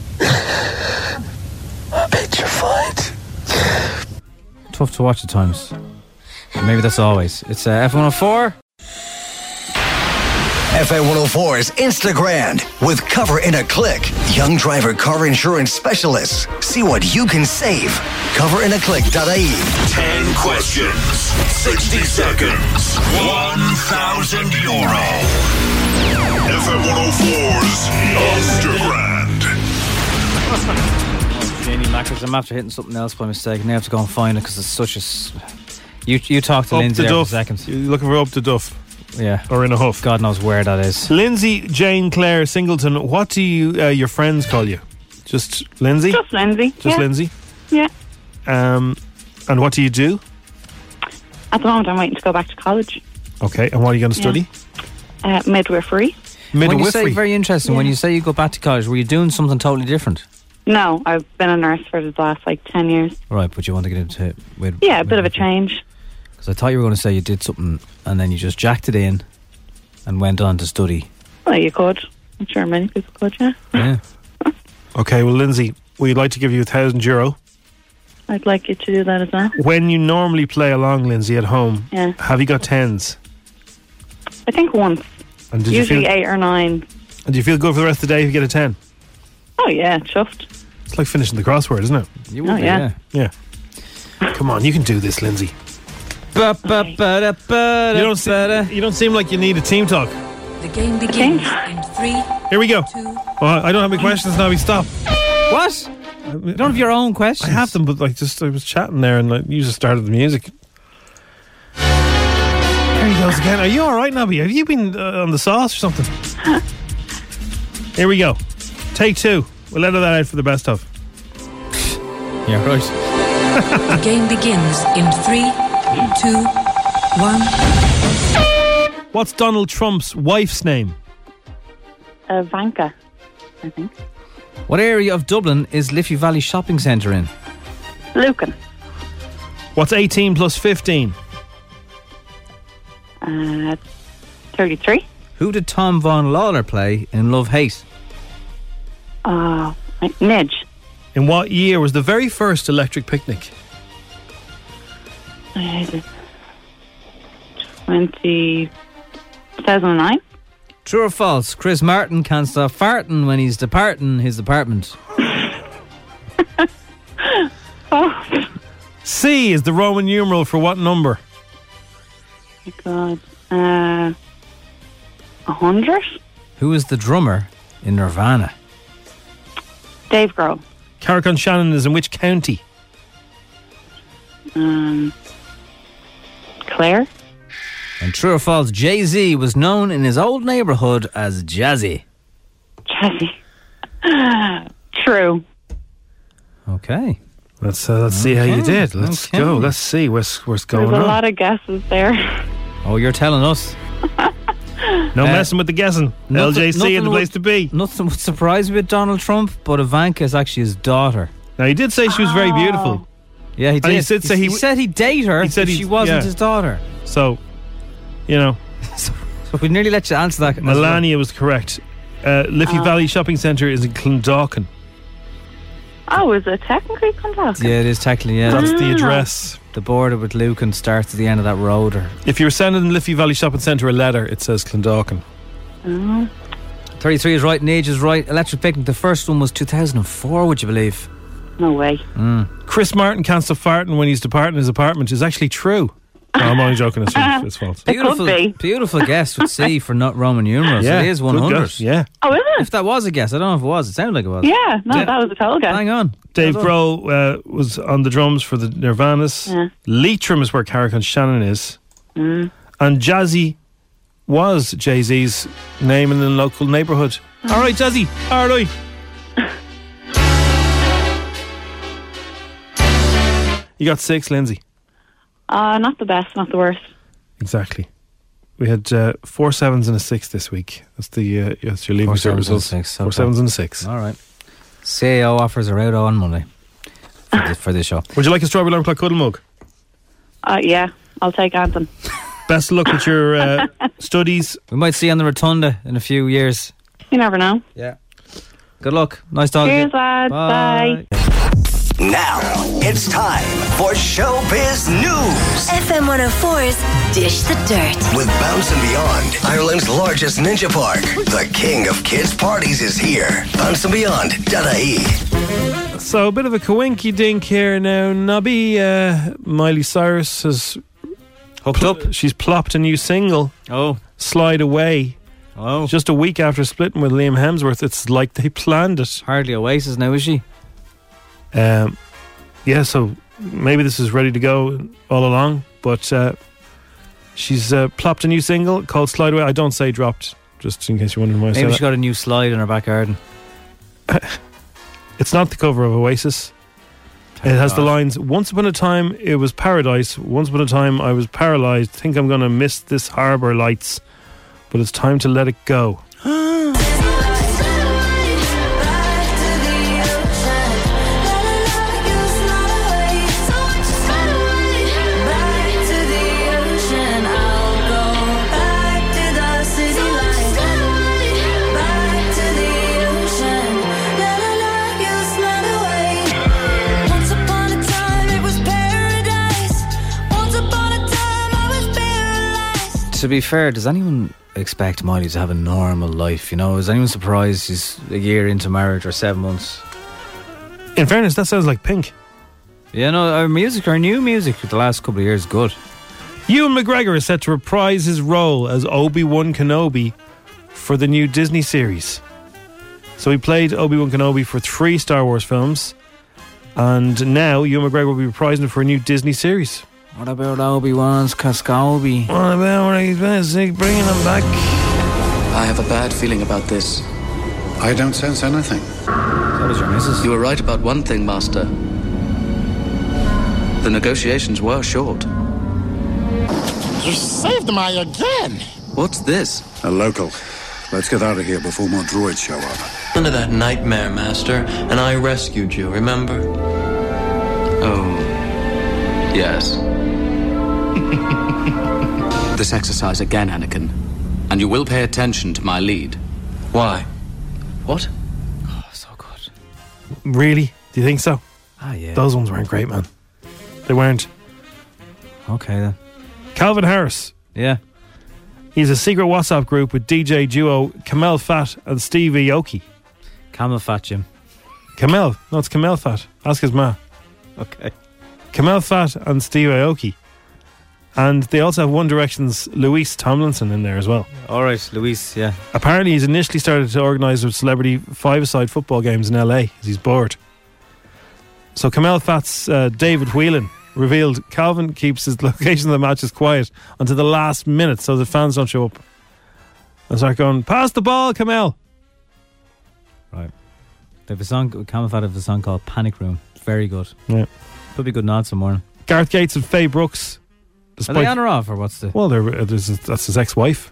Petrified. Tough to watch at times. Maybe that's always. It's uh, F104. FA104's Instagram with Cover in a Click. Young driver car insurance specialists. See what you can save. Coverinaclick.ie. 10 questions, 60 seconds, 1,000 euro. FM104's Instagram. Jamie Mackers. I'm after hitting something else by mistake. Now I have to go and find it because it's such a. s- You you talk to Up Lindsay the there for a duff. second. You're looking for up the duff. Yeah. Or in a huff. God knows where that is. Lindsay Jane Claire Singleton, what do you uh, your friends call you? Just Lindsay? Just Lindsay. Just yeah. Lindsay? Yeah. Um, and what do you do? At the moment, I'm waiting to go back to college. Okay, and what are you going to Yeah. study? Uh, midwifery. When you Midwifery. say very interesting, when you say you go back to college, were you doing something totally different? No, I've been a nurse for the last like 10 years. Right, but you want to get into it with Yeah, a bit of a change. because I thought you were going to say you did something and then you just jacked it in and went on to study. Well, you could. I'm sure many people could, yeah. Yeah. okay, well, Lindsay, we'd like to give you a thousand euro. I'd like you to do that as well. When you normally play along, Lindsay, at home, Yeah. have you got tens? I think once. And did Usually you feel, eight or nine. and do you feel good for the rest of the day if you get a ten? Oh, yeah, chuffed. It's like finishing the crossword, isn't it? You would Oh, be, yeah. yeah. Come on, you can do this, Lindsay. You don't, seem, you don't seem like you need a team talk. The game begins in three. Here we go. Well, I don't have any questions now. We stop. What? You don't have your own questions. I have them, but like just I was chatting there, and like, you just started the music. There he goes again. Are you all right, Nobby? Have you been uh, on the sauce or something? Here we go. Take two. We'll let that out for the best of. Yeah, right. The game begins in three, two, one. What's Donald Trump's wife's name? Uh, Vanka. What area of Dublin is Liffey Valley Shopping Centre in? Lucan. What's 18 plus 15? Uh, 33. Who did Tom Von Lawler play in Love Hate? Uh, Nedge. In what year was the very first electric picnic? Uh, 20, 2009. True or false? Chris Martin can't stop farting when he's departing his apartment. Oh, C is the Roman numeral for what number? My God. Uh, 100? Who is the drummer in Nirvana? Dave Grohl. Carrick on Shannon is in which county? Um, Claire? And true or false? Jay Z was known in his old neighbourhood as Jazzy. True. Okay. Let's uh, let's see how you Okay, did. Let's okay. go. Let's see where's where's going There's a on. lot of guesses there. Oh, you're telling us. No messing with the guessing. LJC in the place to be. Uh, Nothing would surprise me with Donald Trump, but Ivanka is actually his daughter. Ah. Now he did say she was very beautiful. Yeah, he And did. he said- so he- said he'd date her. he said if he'd- she wasn't yeah. his daughter. So, you know. so, we nearly let you answer that. as well. Melania was correct. Uh, Liffey Valley Shopping Centre is in Clondalkin. Oh, is it technically Clondalkin? Yeah, it is technically. Yeah, That's the address. The border with Luke and starts at the end of that road. Or If you were sending Liffey Valley Shopping Centre a letter, it says Clondalkin. Oh. thirty-three is right, and age is right. Electric picnic. The first one was two thousand and four. Would you believe? No way. Chris Martin can't stop farting when he's departing his apartment is actually true. No, I'm only joking. It's, it's false. Beautiful, beautiful guess with C for not Roman numerals. Yeah, it is good one hundred. guess, yeah. Oh, is it? If that was a guess, I don't know if it was. It sounded like it was. Yeah, no, Yeah. that was a total guess. Hang on, Dave Hold on. Grohl uh, was on the drums for the Nirvanas. Yeah. Leitrim is where Carrick and Shannon is. Mm. And Jazzy was Jay Z's name in the local neighbourhood. All right, Jazzy. All right. You got six, Lindsay. Uh, not the best, not the worst. Exactly. We had uh, four sevens and a six this week. That's the uh, that's your leaving Four cert sevens and results. six, Four okay. sevens and a six. All right. CAO offers are out on Monday for this, for this show. Would you like a strawberry alarm clock cuddle mug? Uh, yeah, I'll take Anton. Best of luck with your uh, studies. We might see you on the rotunda in a few years. You never know. Yeah. Good luck. Nice talking. Cheers, to you. lads. Bye. Now it's time for Showbiz News FM 104's Dish the Dirt. with Bounce and Beyond, Ireland's largest ninja park. The king of kids' parties is here. Bounce and Beyond, Dadae. So a bit of a coinky dink here now, Nobby. Uh, Miley Cyrus has hooked up. She's plopped a new single, Oh, "Slide Away," oh. just a week after splitting with Liam Hemsworth. It's like they planned it. Hardly Oasis now, is she? Um, yeah, so maybe this is ready to go all along, but uh, she's uh, plopped a new single called "Slide Away." I don't say dropped, just in case you're wondering why I say Maybe that. she got a new slide in her back garden. It's not the cover of Oasis. it has the lines Once upon a time it was paradise. Once upon a time I was paralyzed. Think I'm going to miss this harbor lights. But it's time to let it go. To be fair, does anyone expect Miley to have a normal life? You know, is anyone surprised she's a year into marriage or seven months? In fairness, that sounds like Pink. Yeah, no, our music, our new music, the last couple of years, is good. Ewan McGregor is set to reprise his role as Obi Wan Kenobi for the new Disney series. So he played Obi Wan Kenobi for three Star Wars films, and now Ewan McGregor will be reprising it for a new Disney series. What about Obi Wan's Cascobi? What about when he's bringing them back? I have a bad feeling about this. I don't sense anything. That was your missus. You were right about one thing, Master. The negotiations were short. You saved my again. What's this? A local. Let's get out of here before more droids show up. Under that nightmare, Master, and I rescued you, remember? Oh. Yes. This exercise again, Anakin. And you will pay attention to my lead. Why? What? Really? Do you think so? Ah, yeah. Those ones weren't great, man. They weren't. Okay, then. Calvin Harris. Yeah. He's a secret WhatsApp group with DJ duo Kamel Fat and Stevie Aoki. Camel Fat Jim. Kamel. No, it's Kamel Fat. Ask his ma. Okay. Kamel Fat and Steve Aoki. And they also have One Direction's Luis Tomlinson in there as well. All right, Luis, yeah. Apparently, he's initially started to organise with celebrity five-a-side football games in LA as he's bored. So Kamel Fat's uh, David Whelan revealed Calvin keeps his location of the matches quiet until the last minute so the fans don't show up. And start going, pass the ball, Kamel. Right. They have a song, Camel Fat have a song called Panic Room. Very good. Yeah. Could be good nod some morning. Gareth Gates and Faye Brooks. Are they on or off, or what's the. Well, they're, uh, this is- that's his ex-wife.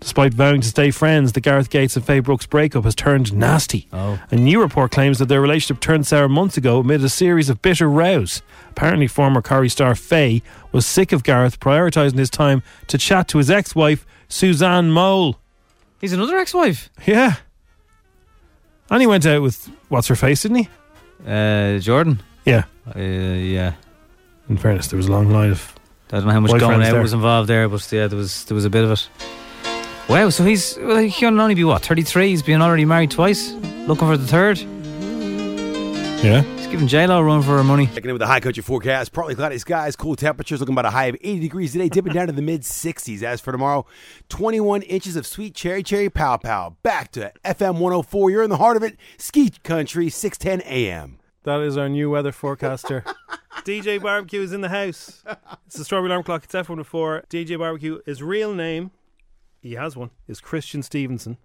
Despite vowing to stay friends, the Gareth Gates and Faye Brooks breakup has turned nasty. Oh. A new report claims that their relationship turned sour months ago amid a series of bitter rows. Apparently, former Corrie star Faye was sick of Gareth prioritising his time to chat to his ex wife, Suzanne Mole. He's another ex wife. Yeah. And he went out with what's her face, didn't he? Uh, Jordan. Yeah. Uh, yeah. In fairness, there was a long line of. I don't know how much going boyfriends out there. was involved there, but yeah, there was there was a bit of it. Wow, so he's well, he can only be what thirty three. He's been already married twice, looking for the third. Yeah. He's giving J Lo a run for her money. Checking in with the high coach forecast. Partly cloudy skies, cool temperatures, looking about a high of 80 degrees today, dipping down to the mid 60s. As for tomorrow, 21 inches of sweet cherry, cherry pow pow. Back to FM 104. You're in the heart of it, ski country, 610 a.m. That is our new weather forecaster. DJ Barbecue is in the house. It's the Strawberry Alarm Clock. It's F104. DJ Barbecue, his real name, he has one, is Christian Stevenson,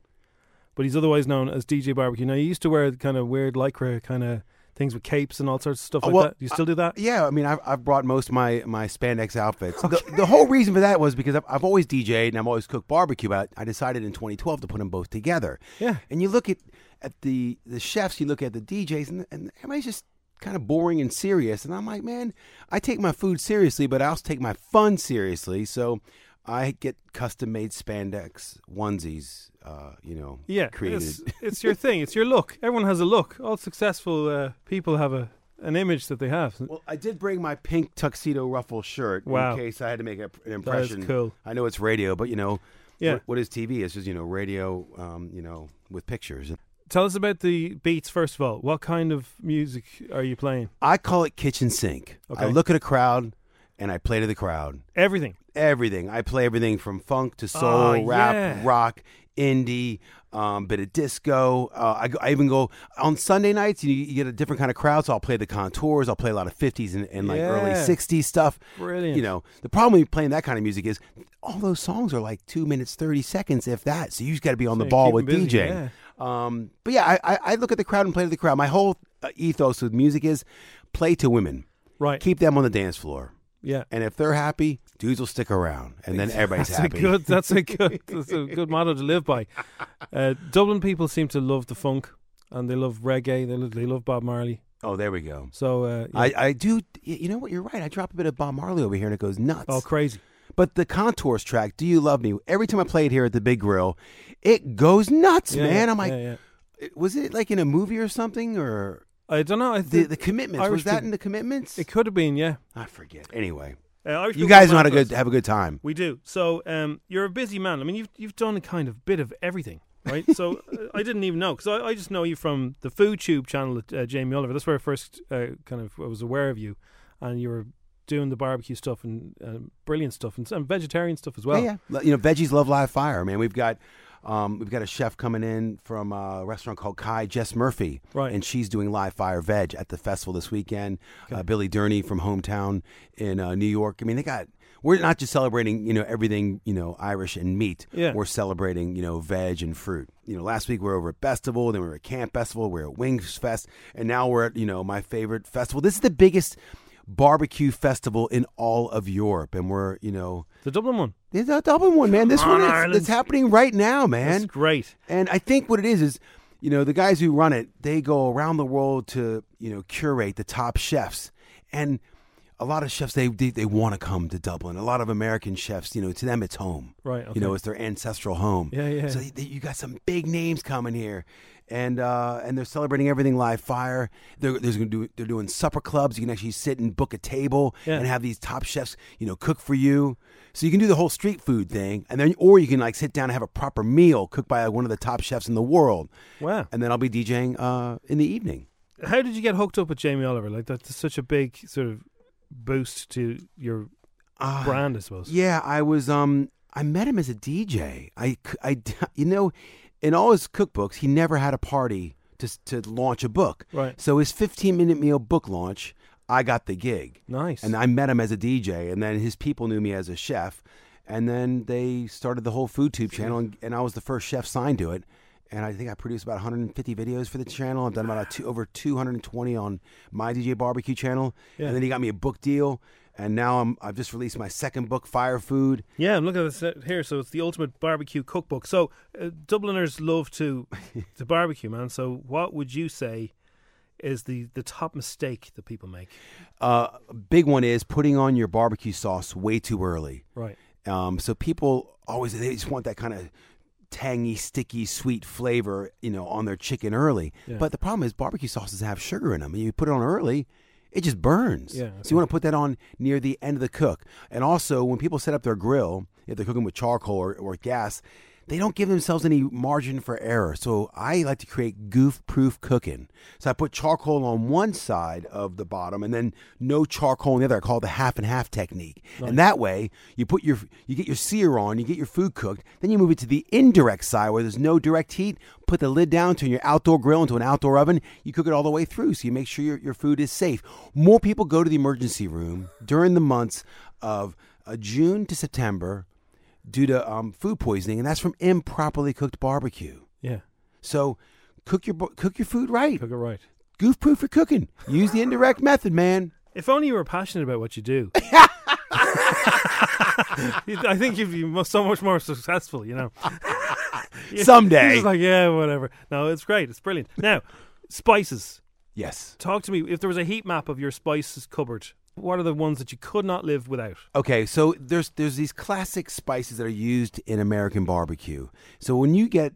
but he's otherwise known as DJ Barbecue. Now, he used to wear the kind of weird lycra kind of things with capes and all sorts of Oh, stuff like that. Do you still do that? Yeah, I mean, I've, I've brought most of my, my spandex outfits. The, the whole reason for that was because I've, I've always DJed and I've always cooked barbecue. But I decided in 2012 to put them both together. Yeah. And you look at, at the, the chefs, you look at the DJs, and, and everybody's just kind of boring and serious. And I'm like, man, I take my food seriously, but I also take my fun seriously. So I get custom made spandex onesies, uh, you know, Yeah, created. It's, it's your thing. It's your look. Everyone has a look. All successful uh, people have a an image that they have. Well, I did bring my pink tuxedo ruffle shirt Wow. in case I had to make a, an impression. cool. I know it's radio, but you know, Yeah. what, what is TV? It's just you know radio, um, you know, with pictures. Tell us about the beats first of all. What kind of music are you playing? I call it kitchen sink. I Okay. look at a crowd and I play to the crowd. Everything. Everything. I play everything from funk to soul, Oh, rap, yeah. rock, indie, um, bit of disco. Uh, I, go- I even go on Sunday nights. You, you get a different kind of crowd, so I'll play the contours. I'll play a lot of '50s and, and like early Yeah. '60s stuff. Brilliant. You know, the problem with playing that kind of music is all those songs are like two minutes thirty seconds, if that. So you just got to be on So the you ball keep with 'em busy, DJing. yeah. Um, but yeah, I, I, I look at the crowd and play to the crowd. My whole uh, ethos with music is play to women. Right. Keep them on the dance floor. Yeah. And if they're happy, dudes will stick around, and then everybody's that's happy. A good, that's a good. uh, That's a good motto to live by. Uh, Dublin people seem to love the funk, and they love reggae. They love, they love Bob Marley. Oh, there we go. So uh, yeah. I, I do. y- You know what? You're right. I drop a bit of Bob Marley over here, and it goes nuts. Oh, crazy! But the Contours track, "Do You Love Me?" Every time I play it here at the Big Grill, it goes nuts, Yeah, man. yeah, I'm like, yeah, it- was it like in a movie or something, or I don't know. I the, think the commitments? Irish was that peop- in the commitments? It could have been. Yeah. I forget. Anyway, Uh, Irish you people guys come know how to after us. good, have a good time. We do. So um, you're a busy man. I mean, you've you've done a kind of bit of everything, right? So uh, I didn't even know because I, I just know you from the Food Tube channel at uh, Jamie Oliver. That's where I first uh, kind of I was aware of you, and you were doing the barbecue stuff and uh, brilliant stuff and, and vegetarian stuff as well. Yeah, yeah. You know, veggies love live fire, man. We've got um, we've got a chef coming in from uh, a restaurant called Kai, Jess Murphy, Right. And she's doing live fire veg at the festival this weekend. Uh, Billy Durney from hometown in uh, New York. I mean, they got. We're not just celebrating, you know, everything, you know, Irish and meat. Yeah. We're celebrating, you know, veg and fruit. You know, last week we were over at Festival, then we were at Camp Festival, we were at Wings Fest, and now we're at, you know, my favorite festival. This is the biggest barbecue festival in all of Europe, and we're you know the Dublin one. Yeah, the Dublin one, man. This Come one on, is, Ireland. it's happening right now, man. That's great. And I think what it is is, you know, the guys who run it, they go around the world to you know curate the top chefs, and a lot of chefs they they, they want to come to Dublin. A lot of American chefs, you know, to them it's home. Right, okay. You know, it's their ancestral home. Yeah, yeah. So they, you got some big names coming here, and uh, and they're celebrating everything live fire. They're there's gonna do they're doing supper clubs. You can actually sit and book a table Yeah. and have these top chefs, you know, cook for you. So you can do the whole street food thing, and then or you can like sit down and have a proper meal cooked by one of the top chefs in the world. Wow. And then I'll be DJing uh, in the evening. How did you get hooked up with Jamie Oliver? Like that's such a big sort of boost to your brand, I suppose. Ah, Uh, Yeah, I was. Um, I met him as a DJ. I, c- I d- you know, in all his cookbooks, he never had a party to s- to launch a book. Right. So his 15 minute meal book launch, I got the gig. Nice. And I met him as a DJ, and then his people knew me as a chef, and then they started the whole food tube channel, and, and I was the first chef signed to it. And I think I produced about 150 videos for the channel. I've done about a two, over 220 on my DJ barbecue channel, Yeah. and then he got me a book deal. And now I'm, I've just released my second book, Fire Food. Yeah, I'm looking at this uh, here. So it's the ultimate barbecue cookbook. So uh, Dubliners love to to barbecue, man. So what would you say is the the top mistake that people make? Uh, a big one is putting on your barbecue sauce way too early. Right. Um, so people always they just want that kind of tangy, sticky, sweet flavor, you know, on their chicken early. Yeah. But the problem is barbecue sauces have sugar in them, and you put it on early, it just burns. Yeah, So you want to put that on near the end of the cook. And also, when people set up their grill, if they're cooking with charcoal or, or gas. They don't give themselves any margin for error. So I like to create goof proof cooking. So I put charcoal on one side of the bottom and then no charcoal on the other. I call it the half and half technique. And that way, you put your you get your sear on, you get your food cooked, then you move it to the indirect side where there's no direct heat. Put the lid down, turn your outdoor grill into an outdoor oven. You cook it all the way through, so you make sure your, your food is safe. More people go to the emergency room during the months of uh, June to September due to um, food poisoning, and that's from improperly cooked barbecue. Yeah. So cook your bo- cook your food right. Cook it right. Goof proof for cooking. Use the indirect method, man. If only you were passionate about what you do. I think you'd be mu- so much more successful, you know. Yeah, Someday. you're just like, yeah, whatever. No, it's great. It's brilliant. Now, spices. Yes. Talk to me. If there was a heat map of your spices cupboard, what are the ones that you could not live without? Okay, so there's there's these classic spices that are used in American barbecue. So when you get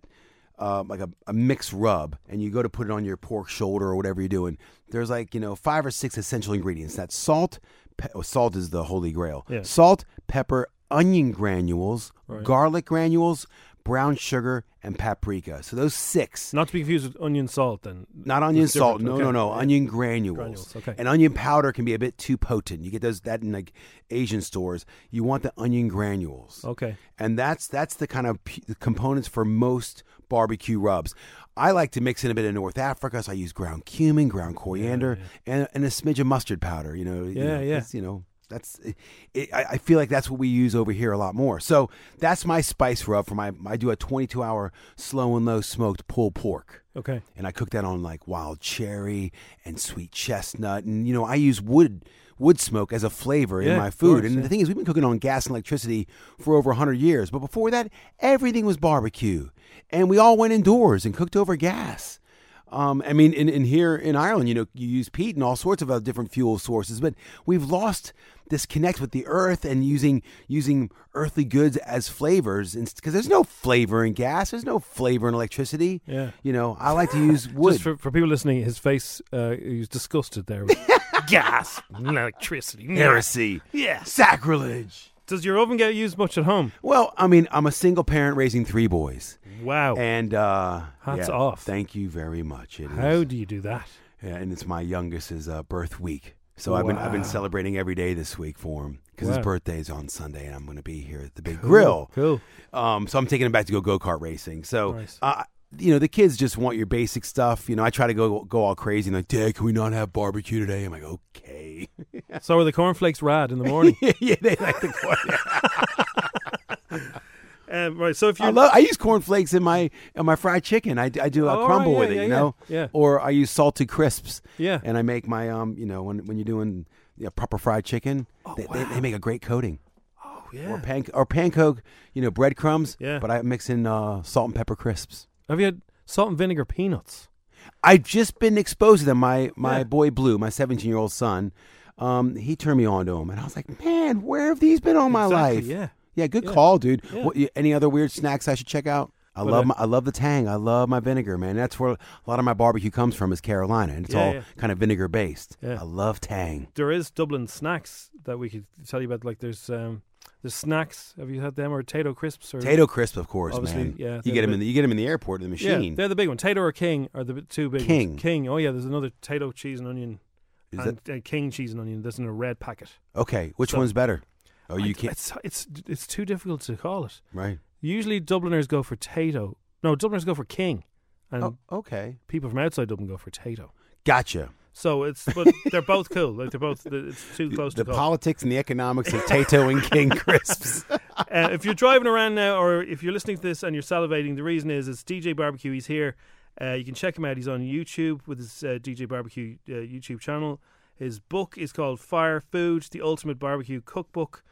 uh, like a, a mixed rub and you go to put it on your pork shoulder or whatever you're doing, there's like you know five or six essential ingredients. That's salt. Pe- oh, salt is the holy grail. Yeah. Salt, pepper, onion granules, Right. garlic granules, brown sugar, and paprika. So those six. Not to be confused with onion salt, then. Not onion It's different, salt. No, okay. no, no. Yeah. Onion granules. Granules, okay. And onion powder can be a bit too potent. You get those that in like Asian stores. You want the onion granules. Okay. And that's that's the kind of p- the components for most barbecue rubs. I like to mix in a bit of North Africa, so I use ground cumin, ground coriander, And, and a smidge of mustard powder. You know. you Yeah, know, yeah. it's, You know. That's, it, it, I I feel like that's what we use over here a lot more. So that's my spice rub for my. I do a 22 hour slow and low smoked pulled pork Okay. and I cook that on like wild cherry and sweet chestnut, and you know I use wood wood smoke as a flavor Yeah, in my of food. course, and yeah. the thing is, we've been cooking on gas and electricity for over hundred years, but before that, everything was barbecue, and we all went indoors and cooked over gas. Um, I mean, in, in here in Ireland, you know, you use peat and all sorts of other different fuel sources, but we've lost this connect with the earth and using using earthly goods as flavors, because there's no flavor in gas, there's no flavor in electricity. Yeah. You know, I like to use wood. Just for, for people listening, his face, uh, he was disgusted there. Gas, electricity, Heresy. Yeah. Sacrilege. Does your oven get used much at home? well, I mean, I'm a single parent raising three boys. Wow. And uh Hats yeah, off. Thank you very much. It is- How do you do that? yeah, and it's my youngest's uh, birth week. So I've been I've been Wow. celebrating every day this week for him because Wow. his birthday's on Sunday and I'm going to be here at the big Cool, grill. cool. Um, so I'm taking him back to go go kart racing. So Nice. uh, you know the kids just want your basic stuff. You know I try to go go all crazy and like, Dad, can we not have barbecue today? I'm like, okay. So are the cornflakes rad in the morning? yeah, they like the corn. um, right. So if you I love. I use cornflakes in my in my fried chicken. I, d- I do a Oh, all crumble right, with yeah, it, you yeah, know. yeah. Or I use salted crisps. Yeah. And I make my um, you know, when when you're doing yeah, proper fried chicken. they, they- they make a great coating. Oh Oh, yeah. Or panc or pancoke, you know, breadcrumbs. Yeah. But I mix in uh, salt and pepper crisps. Have you had salt and vinegar peanuts? I've just been exposed to them. My my Yeah. boy Blue, my 17 year old son, um, he turned me on to them, and I was like, man, where have these been all my Exactly, life? yeah. Yeah. Good Yeah. call, dude. Yeah. What, you- any other weird snacks I should check out? I Well, love uh, my, I love the tang. I love my vinegar, man. That's where a lot of my barbecue comes from is Carolina, and it's Yeah, all yeah. kind of vinegar based. Yeah. I love tang. There is Dublin snacks that we could tell you about. Like there's um, there's snacks. Have you had them or Tato crisps or Tato crisp, of course, Obviously, man. Yeah, you they're get them big- in the you get 'em in the airport in the Yeah, machine. they're the big one. Tato or King are the b- two big King. ones. King. Oh yeah, there's another Tato cheese and onion, Is and uh, King cheese and onion. That's in a red packet. okay, which So- one's better? Oh, you can't. It's it's it's too difficult to call it. Right. Usually Dubliners go for Tato. No, Dubliners go for King, and Oh, okay. people from outside Dublin go for Tato. Gotcha. So it's but they're both cool. Like they're both it's too close The to call. politics and the economics of Tato and King crisps. uh, if you're driving around now or if you're listening to this and you're salivating, the reason is it's DJ Barbecue. He's here. Uh, you can check him out. He's on YouTube with his uh, DJ Barbecue uh, YouTube channel. His book is called Fire Food, The Ultimate Barbecue Cookbook.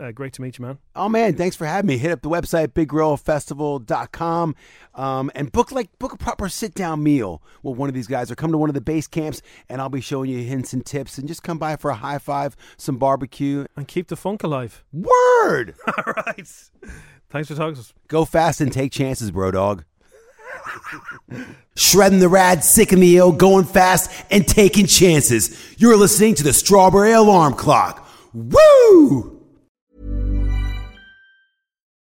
Uh, great to meet you, man. Oh man, thanks for having me. Hit up the website biggrillfestival.com um, and book like book a proper sit down meal with one of these guys or come to one of the base camps and I'll be showing you hints and tips and just come by for a high five, some barbecue. And keep the funk alive. Word. All right. Thanks for talking to us. Go fast and take chances, bro dog. Shredding the rad, sick in the ill, going fast and taking chances. You're listening to the Strawberry Alarm Clock. Woo!